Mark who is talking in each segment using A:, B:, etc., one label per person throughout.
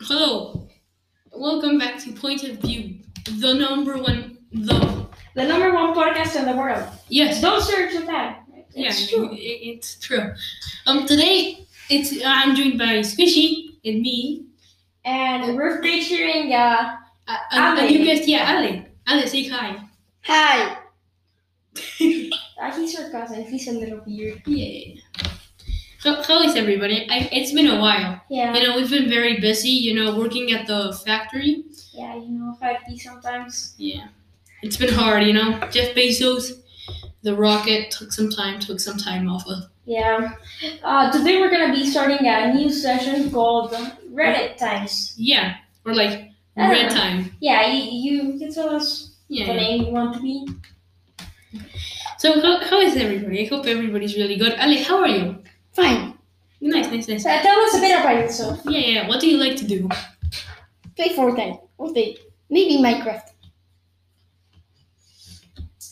A: Hello, welcome back to Point of View, the number one, the
B: The number one podcast in the world.
A: yes,
B: Don't search for that. It's
A: yeah,
B: true.
A: i- i- it's true. Um, today it's uh, I'm joined by Squishy and me,
B: And we're featuring uh
A: uh, and, and
B: Ali.
A: you guessed yeah, Ali. Ali, say hi.
B: Hi. he's our cousin. He's a little weird.
A: Yeah. How, how is everybody? I, it's been a while.
B: Yeah.
A: You know, we've been very busy. You know, working at the factory.
B: Yeah, you know how it be sometimes.
A: Yeah, it's been hard. You know, Jeff Bezos, the rocket took some time, took some time off of.
B: Yeah. Uh, today we're gonna be starting a new session called Reddit Times.
A: Yeah, or like
B: Ah.
A: red time.
B: Yeah, you, you can tell us
A: Yeah.
B: the name you want to be.
A: So how, how is everybody? I hope everybody's really good. Ali, how are you?
C: Fine.
A: Nice, nice, nice.
B: So tell us a bit about yourself.
A: Yeah, yeah. What do you like to do?
C: Play Fortnite. Or they maybe Minecraft.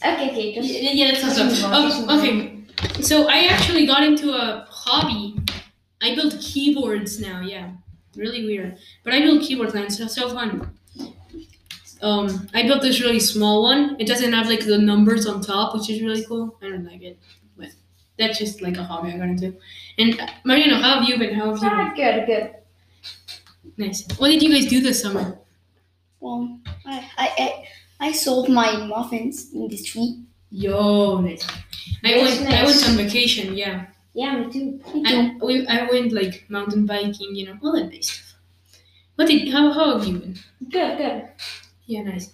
B: Okay, okay, just
A: Yeah, yeah that's
B: Just
A: awesome.
B: move on, just move
A: Um, okay, so I actually got into a hobby. I build keyboards now. Yeah, really weird, but I build keyboards now. It's so, so fun. Um, I built this really small one. It doesn't have like the numbers on top, which is really cool. I don't like it, but that's just like a hobby I got into. And uh, Marino, how have you been? How have you been?
B: ah, good, good.
A: Nice. What did you guys do this summer?
C: Well, I, I I I sold my muffins in the street.
A: Yo, nice. I
B: Nice,
A: went. I went
B: nice.
A: on vacation. Yeah,
B: Yeah, me too.
A: I, we, I went like mountain biking. You know, all that nice stuff. What did? How, how have you been?
B: Good, good.
A: Yeah, nice.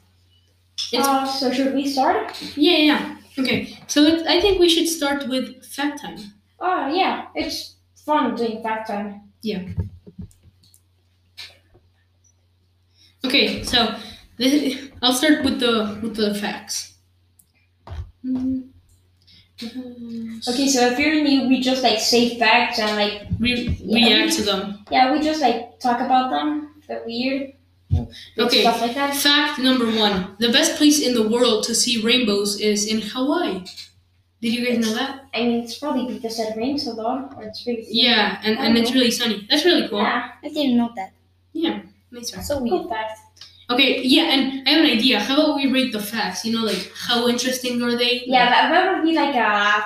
A: It's-
B: Uh, so should we start?
A: Yeah, yeah. yeah. Okay, so it, I think we should start with fact time.
B: Oh yeah, it's fun doing fact time.
A: Okay, so this, I'll start with the with the facts. Mm.
B: Okay, so if you're new, we just like say facts and like
A: Re-
B: Yeah.
A: React to them.
B: yeah, we just like talk about them. They're weird.
A: Okay.
B: Stuff like that.
A: Fact number one: the best place in the world to see rainbows is in Hawaii. Did you guys know that?
B: I mean, it's probably because it rains a lot, or it's really
A: Yeah, and, and it's really sunny. That's really cool.
B: yeah.
C: I didn't know that.
A: Nice fact.
C: So weird.
B: Cool fact.
A: Okay, yeah, and I have an idea. How about we rate the facts? You know, like how interesting are they?
B: Yeah, that, that would be like a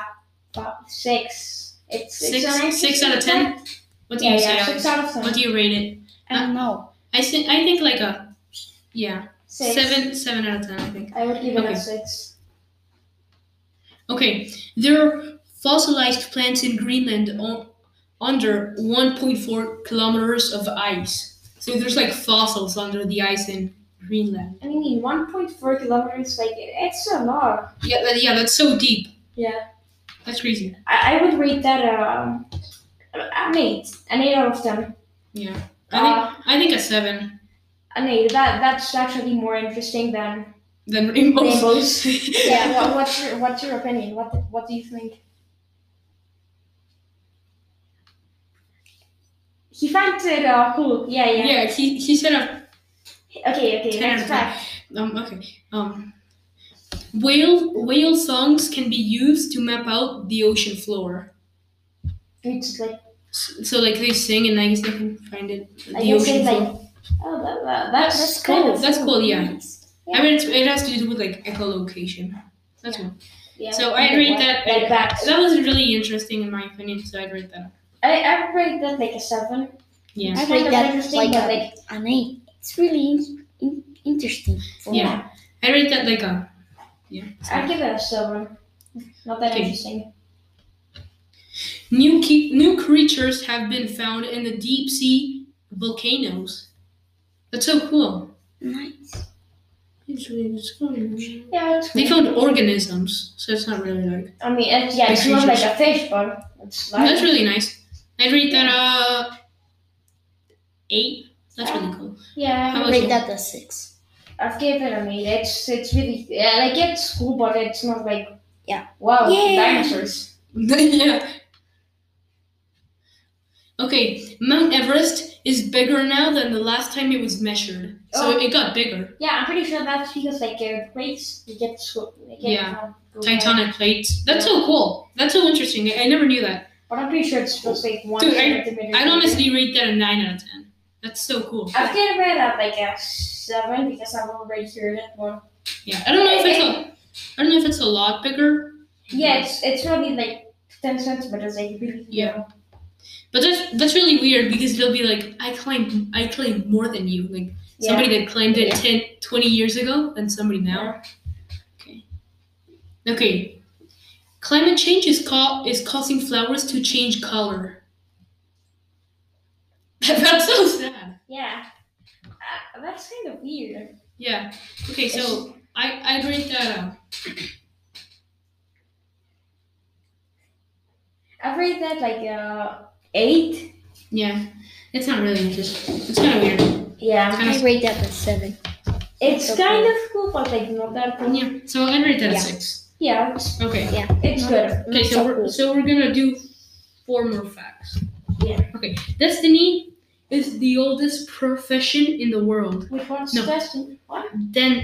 B: five, six. It's
A: six,
B: it's a nice-
A: six out of ten. What do
B: Yeah,
A: you say?
B: yeah,
A: Alex?
B: six out of ten.
A: What do you rate it?
C: I don't know.
A: I think I think like a yeah
B: six.
A: seven seven out of ten. I think.
B: I would give it
A: Okay.
B: a six.
A: Okay, there are fossilized plants in Greenland on, under one point four kilometers of ice. So there's like fossils under the ice in Greenland.
B: I mean, one point four kilometers, like it- it's a lot.
A: Yeah, that, yeah, that's so deep.
B: Yeah.
A: That's crazy.
B: I, I would rate that um, an eight, an eight out of ten.
A: Yeah. I think
B: Uh,
A: I think a seven.
B: an eight. That that's actually more interesting than
A: Then rainbows.
B: rainbows. yeah.
A: yeah.
B: What, what's your what's your opinion? What what do you think? He finds it uh, cool. Yeah, yeah.
A: Yeah. He he said a
B: Okay, okay.
A: Ten
B: Next
A: out of
B: fact.
A: um okay um. Whale whale songs can be used to map out the ocean floor.
B: It's like
A: So, so like they sing and I guess they can find it.
B: I
A: the
B: guess
A: ocean
B: it's
A: floor.
B: like oh that, that, that's
C: That's
B: kind
C: cool.
B: of
A: That's cool. Yeah.
C: Nice.
A: I mean, it's, it has to do with like echolocation. That's one.
B: Yeah.
A: So I'd rate that.
B: like that.
A: That was really interesting in my opinion. So I'd rate that.
B: I I rate that like a seven.
A: Yeah.
C: I
B: It's kind
C: rate
B: of
C: that
B: interesting,
C: like
B: but
C: a,
B: like
C: an eight. It's really in, in, interesting. For
A: Yeah.
C: me.
A: I rate that like a. Yeah.
B: I'd give it a seven. Not that
A: Okay.
B: interesting.
A: New ke- new creatures have been found in the deep sea volcanoes. That's so cool.
C: Nice.
A: It's really- it's cool. They
B: Yeah, it's cool.
A: found organisms, so it's not really like
B: I mean, it's, yeah, it's not like a fish, but it's like
A: that's really nice. I'd rate that uh eight. That's really cool.
B: yeah.
A: How
C: I
A: about
C: rate
A: you?
C: that a six.
B: I've given it a mean, it's it's really yeah, like it's cool, but it's not like
C: Yeah.
B: Wow,
C: Yeah.
B: dinosaurs.
A: yeah. Okay, Mount Everest is bigger now than the last time it was measured. So
B: Oh.
A: it got bigger.
B: Yeah, I'm pretty sure that's because like earthquakes, you get so they get
A: Yeah.
B: um, go down.
A: Titanic plates. That's so cool. That's so interesting. I I never knew that.
B: But I'm pretty sure it's just like one
A: Dude, I-
B: centimeter.
A: I'd honestly rate that a nine out of ten. That's so cool.
B: I've given it at like a seven because I'm already here at one.
A: Yeah, I don't know if it's a, I don't know if it's a lot bigger,
B: Yeah, it's it's really like ten centimeters, like really
A: Yeah. but that's that's really weird because they'll be like, I climbed, I climbed more than you, like
B: Yeah.
A: somebody that climbed it
B: Yeah.
A: 10, 20 years ago and somebody now. Okay. Okay. Climate change is ca- is causing flowers to change color. That's so sad.
B: Yeah. Uh, that's kind of weird.
A: Yeah. Okay, so I I rate that out.
B: I've read that like uh eight.
A: Yeah. It's not really interesting. It's kind of weird.
B: Yeah.
A: Kind
C: I rate that a seven.
B: It's
C: Okay.
B: kind of cool, but like not that
A: of,
B: cool.
A: yeah. So I rate that a
C: Yeah.
A: six.
B: Yeah, it's,
A: Okay.
B: it's good.
A: Okay. So
C: So
A: we're
C: cool.
A: so we're gonna do four more facts.
B: Yeah.
A: Okay. Destiny is the oldest profession in the world.
B: Which one's
A: No.
B: testing? What?
A: Dent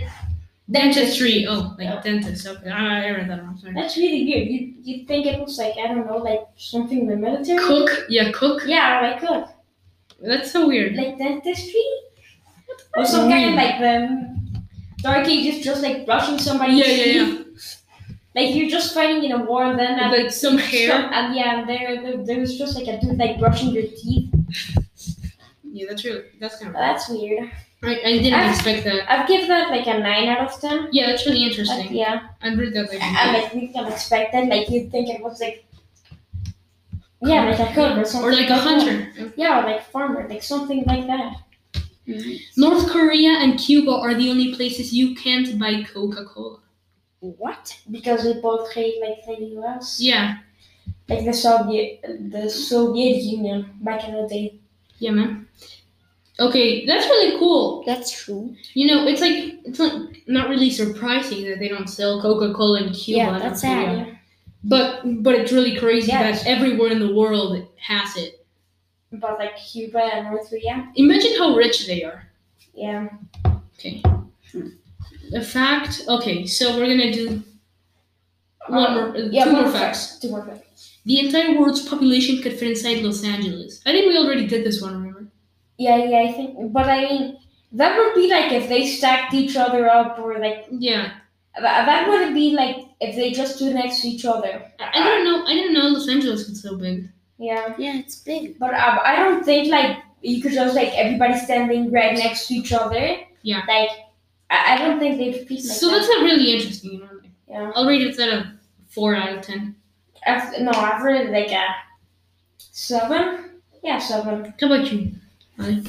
A: dentistry. Oh, like
B: Yeah.
A: dentist. Okay. I, I read that wrong. Sorry.
B: That's really good. You you think it looks like I don't know, like something in the military?
A: Cook. Yeah, cook.
B: Yeah, like cook,
A: That's so weird.
B: like dentistry, or some kind of like um, dark ages, just like brushing somebody's
A: Yeah, yeah, yeah.
B: teeth. Like you're just fighting in a war, and then at,
A: Like some hair.
B: some- and yeah, and there, there there was just like a dude like brushing your teeth.
A: Yeah, that's really that's kind of.
B: That's weird.
A: I, I didn't
B: Ah.
A: expect that.
B: I'd give that like a nine out of ten.
A: Yeah, that's really
B: but
A: interesting.
B: yeah,
A: I'd read that later.
B: and like we can expect that. Like you'd think it was like. Yeah, like a cook or something.
A: or like a hunter.
B: Yeah, or like farmer, like something like that.
A: North Korea and Cuba are the only places you can't buy Coca Cola.
C: What?
B: Because we both hate like the U.S.
A: Yeah,
B: like the Soviet the Soviet Union back in the day.
A: yeah, man. Okay, that's really cool.
C: That's true.
A: You know, it's like it's like not really surprising that they don't sell Coca Cola in Cuba.
C: Yeah,
A: and
C: that's
A: North Korea. But but it's really crazy
B: Yeah.
A: that everywhere in the world has it.
B: But like Cuba and North Korea.
A: Imagine how rich they are.
B: Yeah.
A: Okay. The fact. Okay, so we're gonna do one more, uh,
B: yeah,
A: two
B: one
A: more
B: more
A: facts.
B: Two more facts.
A: The entire world's population could fit inside Los Angeles. I think we already did this one, remember?
B: Yeah, yeah, I think but I mean that would be like if they stacked each other up or like
A: Yeah.
B: tha- that would be like if they just stood next to each other.
A: I, I don't know. I didn't know Los Angeles was so big.
B: Yeah.
C: Yeah, it's big.
B: But um, I don't think like you could just like everybody standing right next to each other.
A: Yeah.
B: Like I, I don't think they'd be like
A: So
B: that.
A: that's not really interesting. You know?
B: yeah.
A: I'll rate it at a four out of ten.
B: I've, no, I've read like a seven. Yeah, seven.
A: How about you? Molly?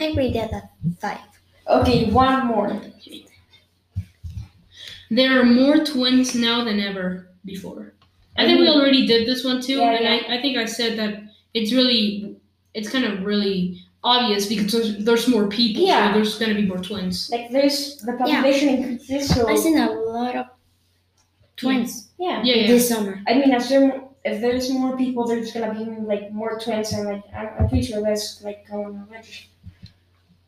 C: I rate that a five.
B: Okay, one more.
A: There are more twins now than ever before. I think we already did this one too,
B: Mm-hmm. Yeah,
A: and I, I think I said that it's really, it's kind of really obvious because there's, there's more people,
B: Yeah.
A: so there's gonna be more twins.
B: Like there's the population increases, so
C: I've seen a lot of twins
B: yeah.
A: Yeah, yeah.
C: this summer.
B: I mean, if there if there's more people, there's gonna be like more twins, and like I'm, I'm pretty sure that's like going already.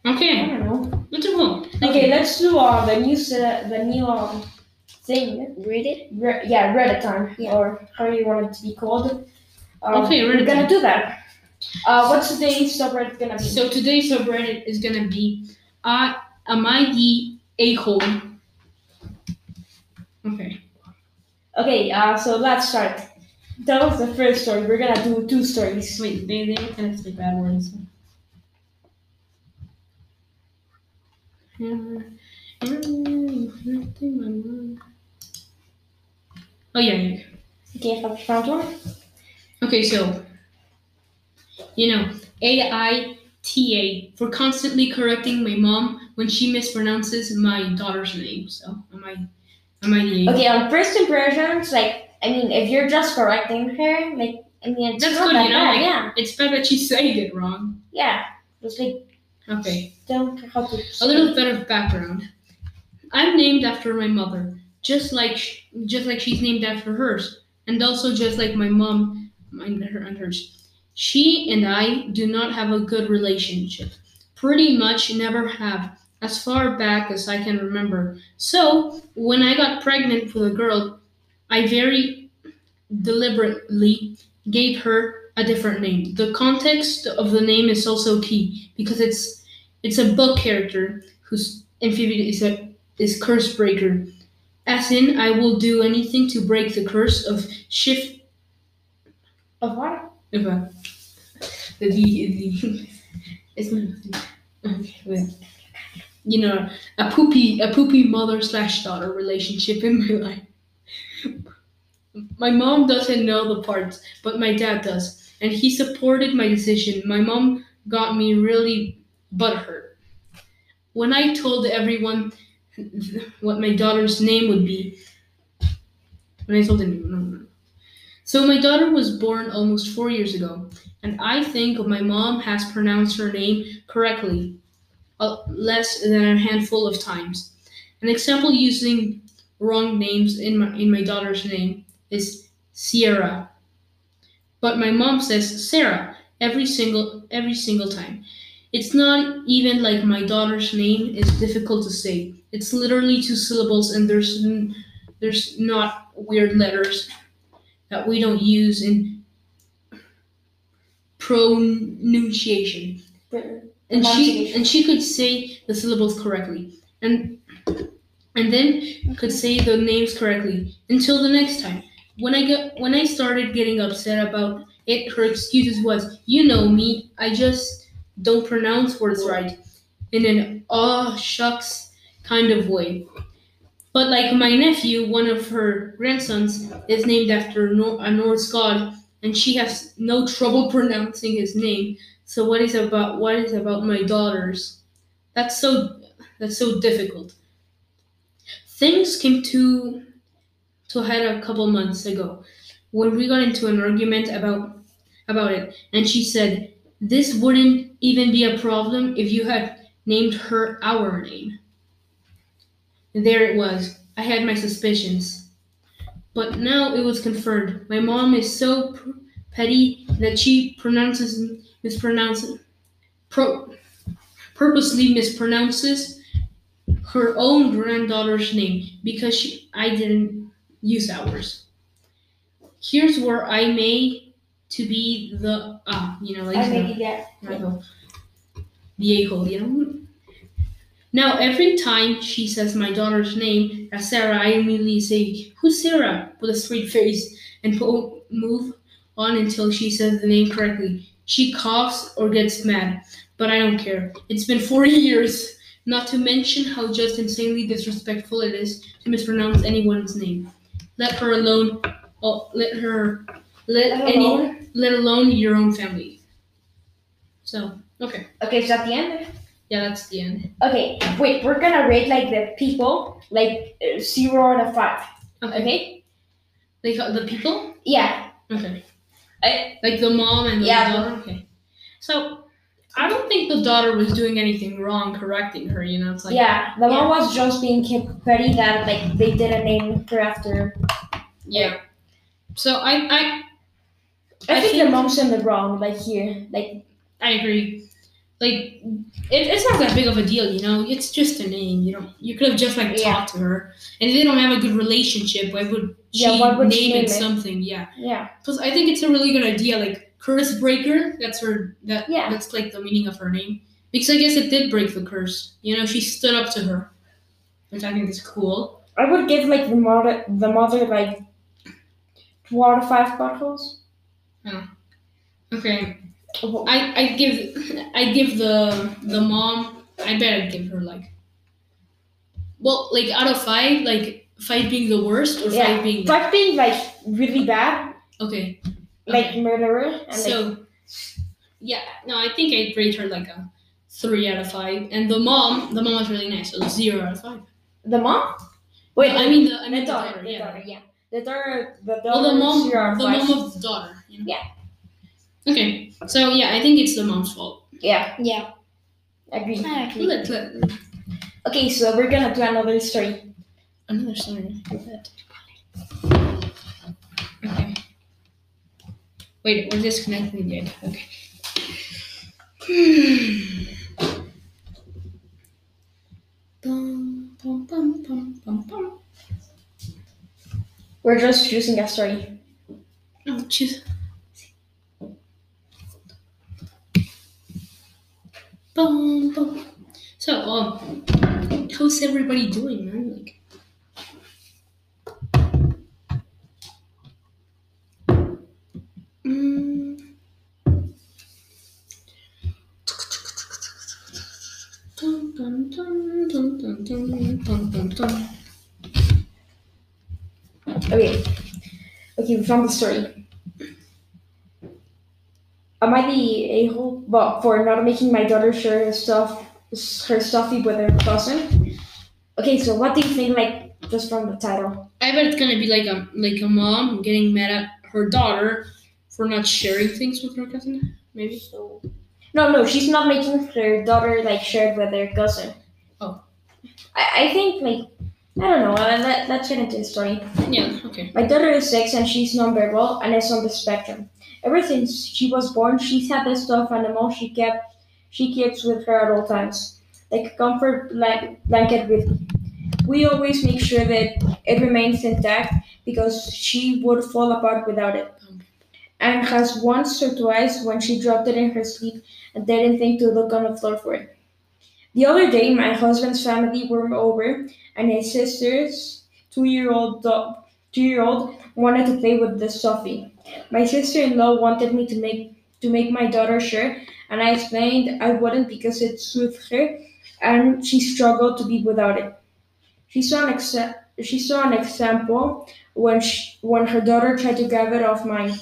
B: I
A: Okay,
B: don't know.
A: that's cool. Thank
B: Okay,
A: you.
B: let's do uh, the new se- the new um, thing.
C: Read it?
B: Re- yeah, Reddit time
C: Yeah.
B: or however you want it to be called. Um,
A: Okay,
B: we're
A: Reddit
B: gonna
A: time.
B: do that. Uh, what's today's subreddit gonna be?
A: So today's subreddit is gonna be I am I the a hole? Okay.
B: Okay, uh, so let's start. That was the first story. We're gonna do two stories.
A: Wait, they they don't kind of say bad words. Oh yeah, yeah.
B: Okay, have you found one?
A: Okay, so you know AITA for constantly correcting my mom when she mispronounces my daughter's name. So am I am I the a-hole?
B: Okay, on first impressions, like, I mean, if you're just correcting her, like, I mean, it's
A: That's
B: not
A: good,
B: that
A: you know,
B: bad,
A: like-
B: yeah.
A: It's bad that she's saying it wrong.
B: Yeah. Just like,
A: Okay.
B: don't how to.
A: A little bit of background. I'm named after my mother, just like sh- just like she's named after hers, and also just like my mom, mine her and hers. She and I do not have a good relationship. Pretty much never have, as far back as I can remember. So when I got pregnant with a girl, I very deliberately gave her a different name. The context of the name is also key because it's it's a book character whose amphibian is a is curse breaker. As in, I will do anything to break the curse of shift
B: Of what?
A: of a the the, the it's not okay, wait. You know, a poopy a poopy mother slash daughter relationship in my life. My mom doesn't know the parts, but my dad does, and he supported my decision. My mom got me really butthurt when I told everyone what my daughter's name would be. When I told him, no, no, no. So my daughter was born almost four years ago, and I think my mom has pronounced her name correctly uh, less than a handful of times. An example using wrong names in my in my daughter's name is Sierra, but my mom says Sarah every single every single time. It's not even like my daughter's name is difficult to say. It's literally two syllables, and there's n- there's not weird letters that we don't use in pronunciation
B: Britain.
A: and she
B: Pronunciation.
A: and she could say the syllables correctly and and then could say the names correctly until the next time when i got when i started getting upset about it her excuses was you know me i just don't pronounce words right in an aw shucks kind of way but like my nephew one of her grandsons is named after Nor- a norse god and she has no trouble pronouncing his name so what is about what is about my daughters? That's so that's so difficult. Things came to to a head a couple months ago when we got into an argument about about it, and she said this wouldn't even be a problem if you had named her our name. There it was. I had my suspicions. But now it was confirmed. My mom is so pr- petty that she pronounces mispronounces pro- purposely mispronounces her own granddaughter's name because she, I didn't use ours. Here's where I may to be the ah, you know, like
B: I
A: you know,
B: make it yeah.
A: Michael. The a-hole, you know? Now, every time she says my daughter's name as Sarah, I immediately say, Who's Sarah? with a straight face and po- move on until she says the name correctly. She coughs or gets mad, but I don't care. It's been four years, not to mention how just insanely disrespectful it is to mispronounce anyone's name. Let her alone. Oh, let her. Let,
B: Let
A: any.
B: alone-
A: Let alone your own family. So, okay.
B: Okay, is that the end?
A: Yeah, that's the end.
B: Okay, wait, we're gonna rate like the people, like uh, zero out of five. Okay?
A: Like uh, the people?
B: Yeah.
A: Okay. Eh,
B: I-
A: like the mom and the
B: Yeah.
A: daughter? Okay. So, I don't think the daughter was doing anything wrong correcting her, you know? It's like,
B: yeah. The
A: yeah.
B: one was just being kept petty that like they didn't name her after.
A: yeah. So, I, I,
B: I,
A: I
B: think,
A: think-
B: the mom's in the wrong, like here. Like
A: I agree. Like, it, it's not that big of a deal, you know? It's just a name. You don't, you could have just, like,
B: Yeah.
A: talked to her. And if they don't have a good relationship, why would she
B: Yeah, why would she
A: name
B: name
A: it
B: it?
A: something? Yeah.
B: yeah.
A: Plus, I think it's a really good idea. Like curse breaker. That's her. That
B: Yeah.
A: that's like the meaning of her name. Because I guess it did break the curse. You know, she stood up to her, which I think is cool.
B: I would give like the mother the mother like two out of five bottles.
A: Okay, I I give I give the the mom. I bet I give her like. Well, like out of five, like five being the worst or
B: Yeah,
A: five being
B: Five being like really bad,
A: okay.
B: like
A: okay.
B: murderer. And, like,
A: so. Yeah, no, I think I'd rate her like a three out of five, and the mom, the mom was really nice, so zero out of five.
B: the mom?
A: Wait, I mean the I mean the
B: the daughter,
A: daughter,
B: the
A: yeah.
B: daughter, yeah. The daughter, the daughter,
A: Well, the mom,
B: zero out of
A: the
B: five.
A: mom of the daughter. You know?
B: Yeah.
A: Okay, so yeah, I think it's the mom's fault.
B: Yeah,
C: Yeah,
B: agree.
C: I agree.
A: Let, let,
B: Okay, so we're gonna do another story.
A: another story. Okay. Wait, we're disconnecting yet. Okay. Bum, bum, bum, bum, bum, bum.
B: We're just choosing a story.
A: Oh, choose. So, um, how's everybody doing, man? Like, Mm. Dun, dun, dun, dun, dun, dun, dun, dun, dun.
B: Okay. Okay, we found the story. Am I the a hole? Well, for not making my daughter share her stuff, her stuffy with her cousin. Okay, so what do you think? Like just from the title.
A: I bet it's gonna be like a like a mom getting mad at her daughter for not sharing things with her cousin. Maybe.
B: So. No, no, she's not making her daughter like shared with her cousin.
A: Oh.
B: I, I think like I don't know. uh, That that's get into the story.
A: Yeah. Okay.
B: My daughter is six and she's nonverbal and is on the spectrum. Ever since she was born, she's had this stuffed animal she kept she keeps with her at all times, like a comfort blan- blanket with. We always make sure that it remains intact because she would fall apart without it. And has once or twice when she dropped it in her sleep and didn't think to look on the floor for it. The other day, my husband's family were over, and his sister's two-year-old dog two year old wanted to play with the Sophie. My sister in law wanted me to make to make my daughter sure, and I explained I wouldn't because it soothed her, and she struggled to be without it. She saw an exa- she saw an example when she, when her daughter tried to grab it off mine.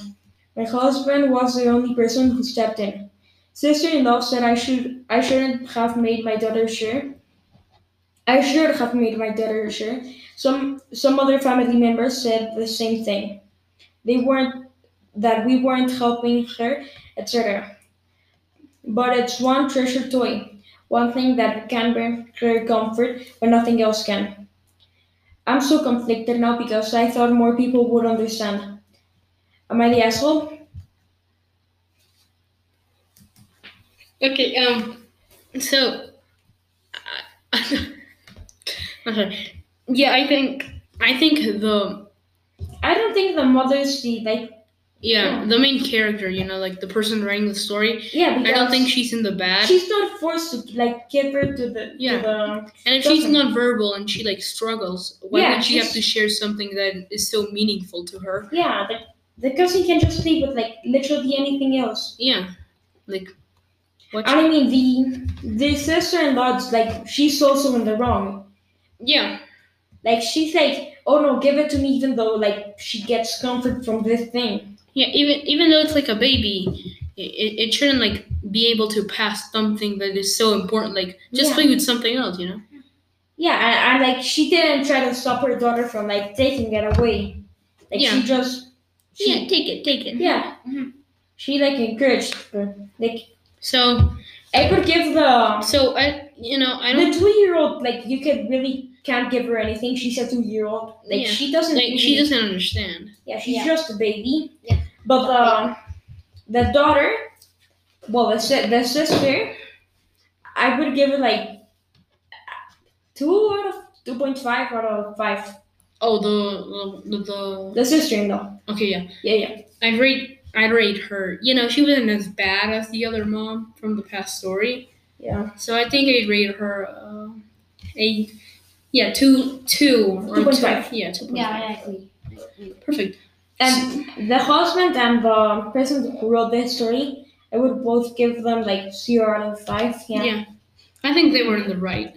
B: My husband was the only person who stepped in. Sister in law said I should I shouldn't have made my daughter sure. I should have made my daughter sure. Some some other family members said the same thing. They weren't that we weren't helping her, etc. But it's one treasure toy, one thing that can bring her comfort when nothing else can. I'm so conflicted now because I thought more people would understand. Am I the asshole?
A: Okay. Um. So. I- I'm sorry. Yeah, I think I think the
B: I don't think the mother's the like
A: yeah the main character, you know, like the person writing the story.
B: yeah because
A: I don't think she's in the bad.
B: she's not forced to like give her to the
A: Yeah.
B: to the
A: And if she's
B: doesn't.
A: nonverbal and she like struggles, why
B: Yeah,
A: would she have
B: she's-
A: to share something that is so meaningful to her?
B: Yeah, the, the cousin can just play with like literally anything else.
A: Yeah, like what?
B: I mean, the the sister-in-law's like she's also in the wrong.
A: yeah,
B: Like she's like, oh no, give it to me, even though like she gets comfort from this thing.
A: yeah. Even even though it's like a baby, it, it it shouldn't like be able to pass something that is so important. Like just
B: Yeah.
A: play with something else, you know.
B: Yeah, and, and like she didn't try to stop her daughter from like taking it away. Like
A: Yeah. Mm-hmm.
B: she just, she,
A: take it, take it.
B: yeah, Mm-hmm.
C: Mhm.
B: she like encouraged her. Like
A: So
B: I could give the
A: so I you know I don't
B: the two-year-old like you could really can't give her anything. She's a two-year-old. Like
A: Yeah.
B: she doesn't.
A: like she
B: really-
A: doesn't understand.
B: Yeah, she's
C: Yeah.
B: just a baby.
C: Yeah.
B: But the the daughter, well, the si- the sister, I would give it like two out of two point five out of five.
A: Oh the the, the, the
B: The sister-in-law.
A: okay yeah.
B: Yeah, yeah.
A: I'd rate I'd rate her. You know, she wasn't as bad as the other mom from the past story.
B: Yeah.
A: So I think I'd rate her uh, a yeah two two or
B: 2.5.
A: two- Yeah, two point
C: Yeah,
A: five.
C: I agree.
A: Perfect.
B: And the husband and the person who wrote this story, I would both give them like zero out of five.
A: Yeah.
B: Yeah. Yeah.
A: I think they were in the right.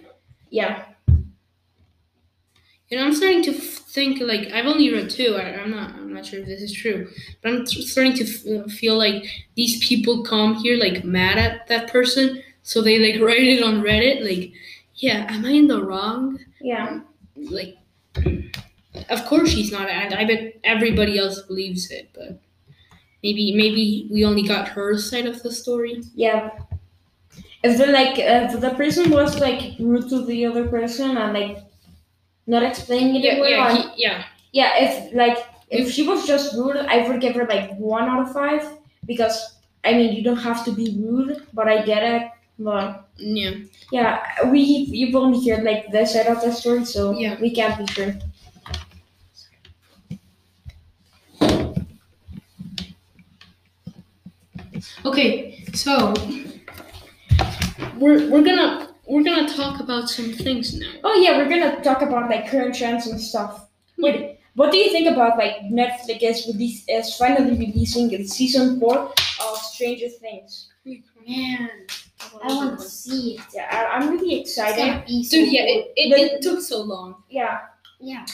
A: You know, I'm starting to f- think like I've only read two. I, I'm not. I'm not sure if this is true, but I'm t- starting to f- feel like these people come here like mad at that person, so they like write it on Reddit. Like, yeah, am I in the wrong?
B: Yeah.
A: like of course she's not and i bet everybody else believes it but maybe maybe we only got her side of the story
B: Yeah. If the like if the person was like rude to the other person and like not explaining it
A: yeah
B: well,
A: yeah,
B: and-
A: he- yeah
B: Yeah, if like if she was just rude, I would give her like one out of five because I mean you don't have to be rude, but I get it. But
A: yeah
B: yeah, we you've only heard like this side of the story, so
A: Yeah.
B: we can't be sure.
A: okay so we're we're gonna we're gonna talk talk about some things now.
B: Oh yeah, we're gonna talk about like current trends and stuff. Wait, what do you think about like Netflix is release is finally releasing its season four of Stranger Things?
C: Man, I want to see it.
B: Yeah, I, I'm really
C: It's
B: excited.
C: gonna be so
A: Dude, yeah,
C: good.
A: it, it, it took so long.
B: Yeah,
C: yeah.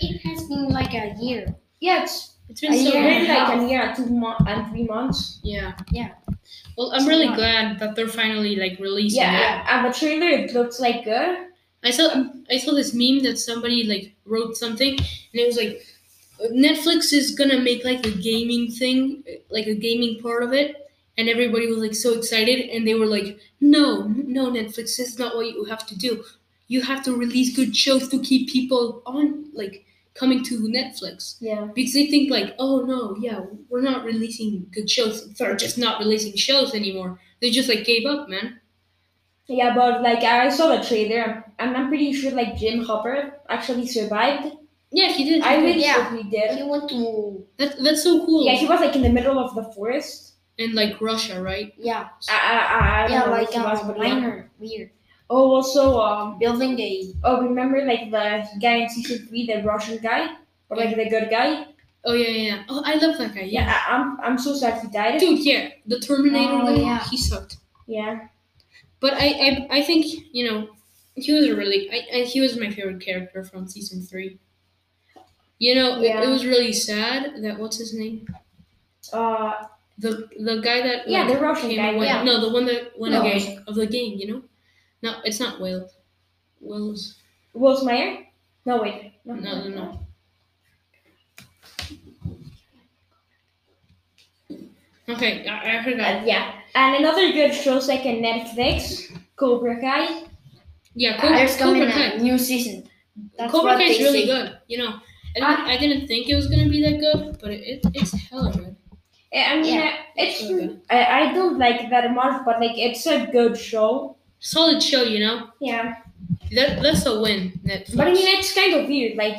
C: It has been like a year.
B: yeah, it's
A: It's been
C: I
A: so
C: hear
A: long.
B: been
C: Yeah.
B: like a year and two months and three months.
A: Yeah.
C: Yeah.
A: Well, I'm really
C: Yeah.
A: glad that they're finally like releasing
B: Yeah, uh,
A: it.
B: and the trailer it looks like good.
A: I saw I saw this meme that somebody like wrote something and it was like Netflix is gonna make like a gaming thing, like a gaming part of it, and everybody was like so excited and they were like, No, no Netflix, this is not what you have to do. You have to release good shows to keep people on like coming to Netflix.
B: Yeah,
A: Because they think like, oh no, yeah, we're not releasing good shows. They're just not releasing shows anymore. They just like gave up, man.
B: yeah, but like I saw the trailer, and I'm pretty sure like Jim Hopper actually survived.
A: Yeah, he did.
B: I really
C: Yeah.
B: hope he did.
C: You want to?
A: That, that's so cool.
B: Yeah, he was like in the middle of the forest.
A: and like Russia, right?
C: Yeah,
B: I I I, I don't
C: yeah,
B: know
C: like
B: if he was,
C: a
B: but yeah.
C: minor, weird
B: Oh, also, um,
C: building a
B: oh, remember like the guy in season three, the Russian guy, or like the good guy?
A: Oh yeah, yeah. yeah. Oh, I love that guy. Yeah,
B: I, I'm, I'm so sad he died.
A: dude. Yeah, the Terminator.
C: Oh,
A: guy,
C: yeah.
A: He sucked.
B: Yeah,
A: But I, I, I think you know, he was a really. I, I, he was my favorite character from season three. You know, it- it,
B: Yeah.
A: was really sad that what's his name,
B: uh,
A: the the guy that
B: Yeah,
A: like,
B: the Russian
A: came
B: guy,
A: away-
C: yeah.
A: No, the one that won
B: No.
A: a game of the game. You know, no, it's not Will. Will's
B: Will's Meyer? No wait, no,
A: no, no, no. Okay, I, I forgot.
B: Uh, yeah, and another good show's like a Netflix, Cobra Kai.
A: Yeah, Cobra,
C: There's coming
A: Cobra
C: a
A: Kai.
C: new season. That's
A: Cobra
C: what
A: Kai is
C: they
A: really
C: say.
A: good. You know, I didn't, I, didn't think it was gonna be that good, but it, it's hella good.
B: Eh, I I mean,
C: Yeah.
B: I- it's
A: Okay.
B: I, I don't like it that much, but like it's a good show.
A: Solid show, you know.
B: Yeah.
A: That that's a win. Netflix.
B: But I mean, it's kind of weird. Like,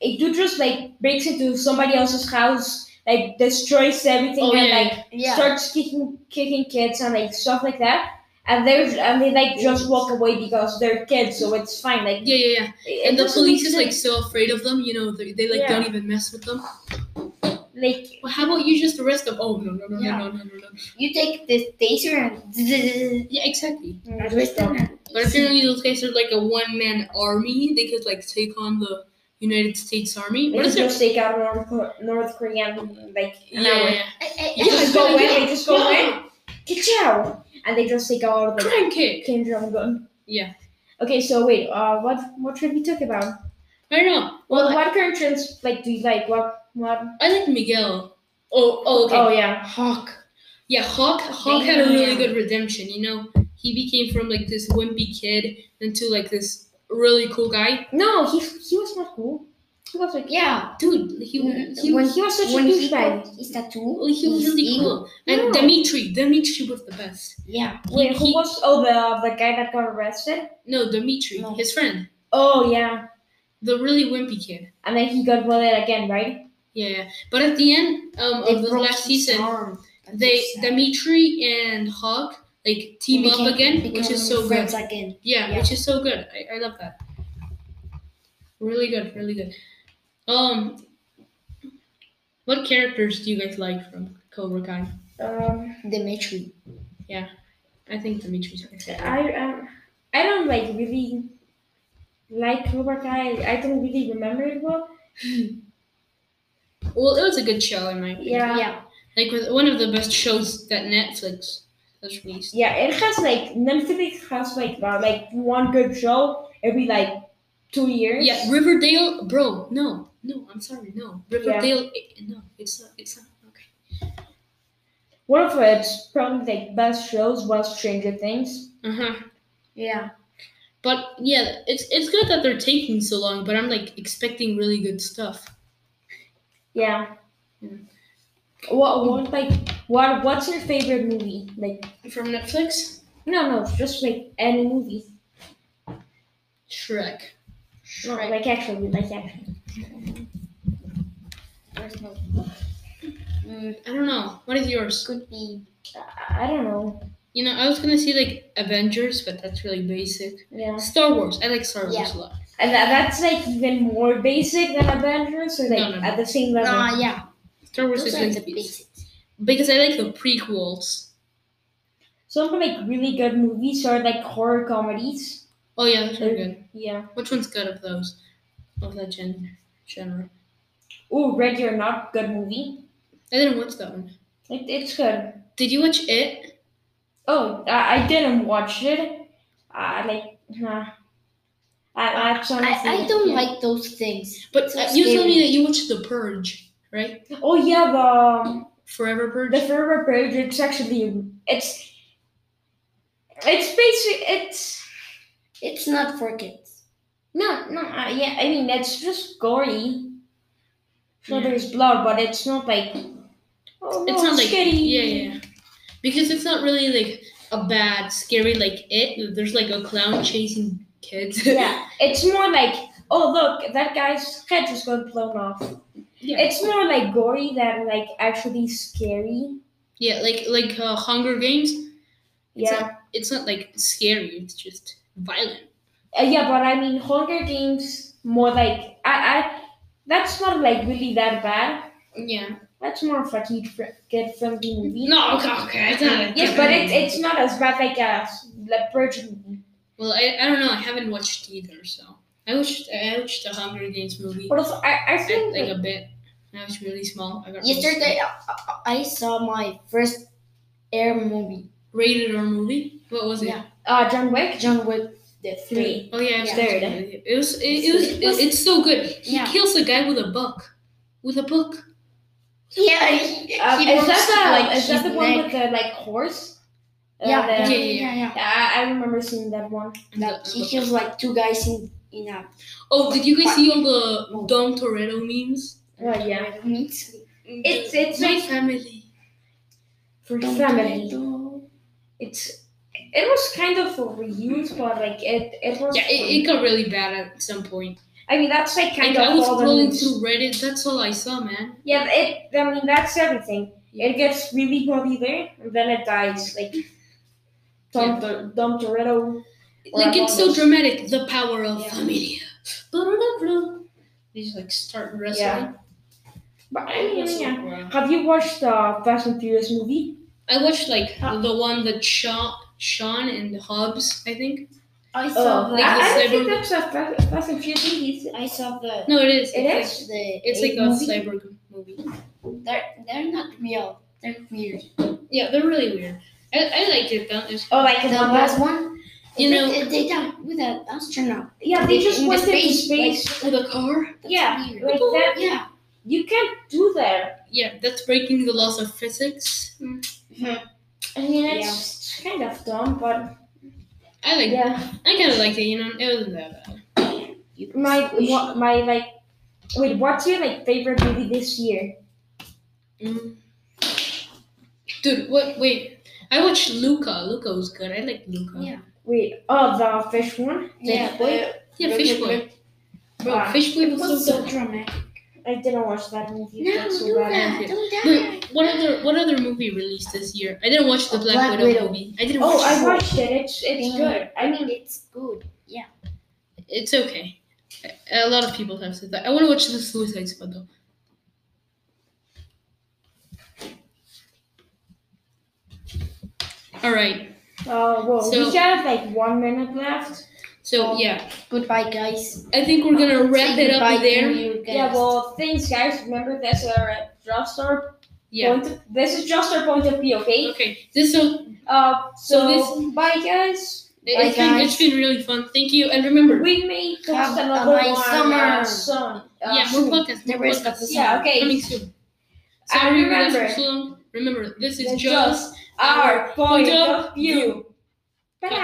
B: a dude just like breaks into somebody else's house, like destroys everything,
A: Oh,
B: and
A: yeah,
B: like
C: Yeah,
B: starts kicking kicking kids and like stuff like that. And they are and they like just walk away because they're kids, so it's fine. Like,
A: yeah, yeah, yeah.
B: it
A: And the
B: doesn't make
A: police is like so afraid of them. You know, they, they like
B: Yeah.
A: don't even mess with them.
B: sense. like
A: Well, how about you just arrest them? Oh no, no, no,
C: Yeah.
A: no, no, no, no, no.
C: you take this taser and
A: Yeah, exactly.
C: arrest them. and-
A: But apparently those guys are like a one man army. They could like take on the United States Army.
B: they
A: What is
B: just
A: their
B: take out North, Kor- North Korean like
A: yeah,
B: an hour.
A: yeah, yeah.
C: I- I-
B: They
C: I-
B: just go
A: yeah,
B: away.
A: yeah.
B: They just go
A: Yeah.
B: away. Ka-chow! And they just take out the
A: Crime kick.
B: Kim Jong Un.
A: Yeah.
B: Okay, so wait. Uh, what what should we talk about?
A: I don't know.
B: Well,
A: Well,
B: what current trends like do you like? What what?
A: I like Miguel. Oh, oh, okay.
B: Oh yeah,
A: Hawk. Yeah, Hawk. Hawk had a really
C: Damn.
A: good redemption. You know, he became from like this wimpy kid into like this really cool guy.
B: no, he he was not cool. He was like
C: yeah,
A: Dude, he
C: Mm,
A: he
B: when
A: was
B: he was such a
C: when he
B: douchebag.
C: got his tattoo,
A: he was
C: he's
A: really
C: evil.
A: cool. And
B: No.
A: Dimitri, Dimitri was the best.
C: Yeah,
B: Wait,
A: He-
B: who
A: he-
B: was? Oh, the the guy that got arrested.
A: No, Dimitri,
C: No.
A: his friend,
B: Oh yeah,
A: the really wimpy kid.
B: and then he got bullied again, right?
A: Yeah, but at the end um,
C: They
A: of the
C: broke
A: last
C: his
A: season,
C: arm. That's
A: they
C: so sad.
A: Dimitri and Hawk like team
C: Became-
A: up again, which
C: become
A: is so good.
C: friends again.
A: Yeah,
C: Yeah.
A: which is so good. I, I love that. Really good, really good. Um, what characters do you guys like from Cobra Kai?
B: Um,
C: Dimitri.
A: I think Dimitri's my favorite.
B: I um, I don't like really like Cobra Kai. I don't really remember it well.
A: Well, it was a good show in my opinion.
B: Yeah.
C: yeah.
A: Like with one of the best shows that Netflix has released.
B: Yeah, it has like Netflix has like about like one good show every like two years.
A: Yeah, Riverdale, bro. No, no, I'm sorry, no. Riverdale, eh, no, it's not, it's not. Okay.
B: One of its probably like best shows was Stranger Things.
A: Uh huh.
C: Yeah.
A: But yeah, it's it's good that they're taking so long. But I'm like expecting really good stuff.
B: Yeah.
A: Yeah.
B: What what like what what's your favorite movie? Like
A: From Netflix.
B: no no just like any movie.
A: Shrek.
B: No, like actually like actually.
C: There's no. Mm,
A: I don't know. What is yours?
C: could be
B: I- I don't know.
A: You know, I was gonna say like Avengers, but that's really basic.
B: Yeah.
A: Star Wars. I like Star Wars
C: Yeah.
A: a lot.
B: And tha- that's like even more basic than Avengers, so like
A: No, no, no.
B: at the same level.
C: Nah, Ah, yeah.
A: Star Wars is
C: Those are
A: like
C: the
A: the basic.
C: basics.
A: Because I like the prequels.
B: Some like really good movies are like horror comedies.
A: Oh yeah, those are good.
B: Yeah.
A: Which one's good of those? Of that gen genre.
B: Ooh, Ready or Not, good movie.
A: I didn't watch that one.
B: It, it's good.
A: Did you watch it?
B: Oh, I, I didn't watch it. I like nah. I I,
C: I, I don't like those things.
A: But
C: So
A: uh, you told
C: scary.
A: me that you watched The Purge, right?
B: like. Oh yeah, the um,
A: Forever Purge.
B: the Forever Purge. It's actually it's it's basic. It's
C: It's not for kids.
B: No, no, uh, yeah, I mean, it's just gory. So
A: Yeah.
B: there's blood, but it's not like. Oh,
A: it's
B: no,
A: not like
B: scary.
A: yeah, yeah, because it's not really like a bad scary like it. There's like a clown chasing kids.
B: Yeah, it's more like, oh, look, that guy's head just got blown off.
A: yeah.
B: It's more like gory than like actually scary.
A: Yeah, like like uh, Hunger Games. It's
B: Yeah.
A: not, it's not like scary. It's just violent.
B: Uh, yeah, but I mean, Hunger Games, more like. I, I That's not like really that bad.
A: Yeah.
B: That's more of a kid fr- kid friendly movie.
A: No. Okay. okay it's not. a-
B: Yes, but it's, it's not as bad like a Leopard movie.
A: Well, I, I don't know. I haven't watched either. So I watched I watched the Hunger Games movie.
B: But also,
A: I,
B: I, I think.
A: like a bit. When I was really small. I got really
C: Yesterday, I, I- I saw my first air movie,
A: rated R movie. What was it?
C: Yeah.
B: Uh, John Wick?
C: John Wick the Three.
B: Three.
A: Oh yeah, it was
B: Yeah.
A: third. It was. It, it was.
C: It was-
A: it's so good. He
C: Yeah.
A: kills a guy with a book. With a book.
C: Yeah, he,
B: Uh,
C: he
B: is
C: broke,
B: that the
C: like,
B: is that
C: his
B: the one
C: neck.
B: with the like horse? Uh,
C: Yeah,
B: the-
C: yeah,
A: Yeah,
C: yeah,
A: yeah,
C: yeah.
B: I, I remember seeing that one.
C: That
A: The-
C: he kills like two guys in in a
A: oh, did you guys see all the Dom Toretto memes?
C: Oh,
B: Well, yeah,
C: meat.
B: It's- it's
A: my
B: like-
A: family.
B: for family. It's it was kind of a reuse, but like it it was.
A: Yeah, it, it got really bad at some point.
B: I mean, that's like kind
A: Like, I
B: of
A: was
B: all the
A: scrolling
B: news.
A: through Reddit. That's all I saw, man.
B: Yeah, it. I mean, that's everything. It gets really popular, and then it dies. Like Tom yeah. Tom Toretto. or
A: Like it's so
B: Adonis.
A: dramatic. The power of
C: Yeah.
A: familia. Ba-da-da-da. They just like start wrestling.
B: Yeah. But I
A: It was
B: mean,
A: so
B: yeah.
A: gross.
B: Have you watched the Fast and Furious movie?
A: I watched like
B: Ah.
A: the one that Sean, Sean and Hobbs, I think.
C: Oh, I saw
B: I,
A: like
C: that.
B: Oh, I don't
A: cyber-
B: think that's a Fast, Fast and Furious movie. is it?
C: I saw the.
A: No, it is.
B: It
A: it's
B: is?
A: Like,
C: the
A: it's like
C: eight
A: a
C: movie.
A: cyber movie.
C: They're they're not real. They're weird.
A: Yeah, they're really weird. I, I liked it though. It was-
B: Oh, like
C: The
B: in the last.
C: last one.
A: You
C: they,
A: know-
C: they, they died with an astronaut.
B: Yeah, they
C: in
B: just
C: the
B: went into
C: space,
B: space.
A: With a Oh, car?
C: That's
B: Yeah,
C: weird.
B: like that.
C: yeah.
B: You can't do that.
A: Yeah, that's breaking the laws of physics.
B: I mean, it's kind of dumb, but
A: I like.
B: yeah.
A: I kind of liked it. You know, it wasn't that bad.
B: My what, my like. Wait, what's your like favorite movie this year?
A: Mm. Dude, what? Wait, I watched Luca. Luca was good. I like Luca.
C: Yeah.
B: Wait, oh the fish one.
C: Yeah,
B: Boy?
A: Yeah, Fish Boy. Bro,
B: Ah.
A: Oh, Fish Boy
C: It
A: was
C: was
A: so
C: so
A: good.
C: dramatic.
B: I didn't watch that movie.
C: No,
B: That's so
C: do
B: bad.
C: that. Don't die.
A: Wait, what other what other movie released this year? I didn't watch the
C: Oh,
A: Black,
C: Black
A: Widow,
C: Widow.
A: movie. I didn't.
B: Oh,
A: watch
B: I
A: it.
B: watched it. It's it's
C: Yeah.
B: good. I mean,
C: It's good.
A: It's okay. A a lot of people have said that. I want to watch the Suicide Squad though. All right.
B: uh, whoa,
A: So-
B: we have like one minute left.
A: So
C: Oh.
A: yeah,
C: Goodbye, guys.
A: I think we're gonna wrap
C: Say
A: it
C: goodbye
A: up
C: to
A: there.
C: you guys.
B: Yeah, well, thanks, guys. Remember, uh, that's our just our
A: Yeah.
B: point. This is just our point of view, okay?
A: Okay. This so
B: Uh,
A: So
B: so,
A: this-
B: bye guys.
A: it's been, it's been really fun. Thank you. And remember,
B: We may post
C: Have a
B: another
C: nice
B: one.
C: summer.
B: uh, soon. Uh,
A: yeah,
B: soon.
A: we're podcast.
C: The
A: We're
C: rest of
A: podcast.
C: the
B: Yeah, okay.
A: Coming soon.
B: And
A: Sorry, we were there
B: remember-
A: for so long. Remember, this is
B: This is
A: just
B: our point of view.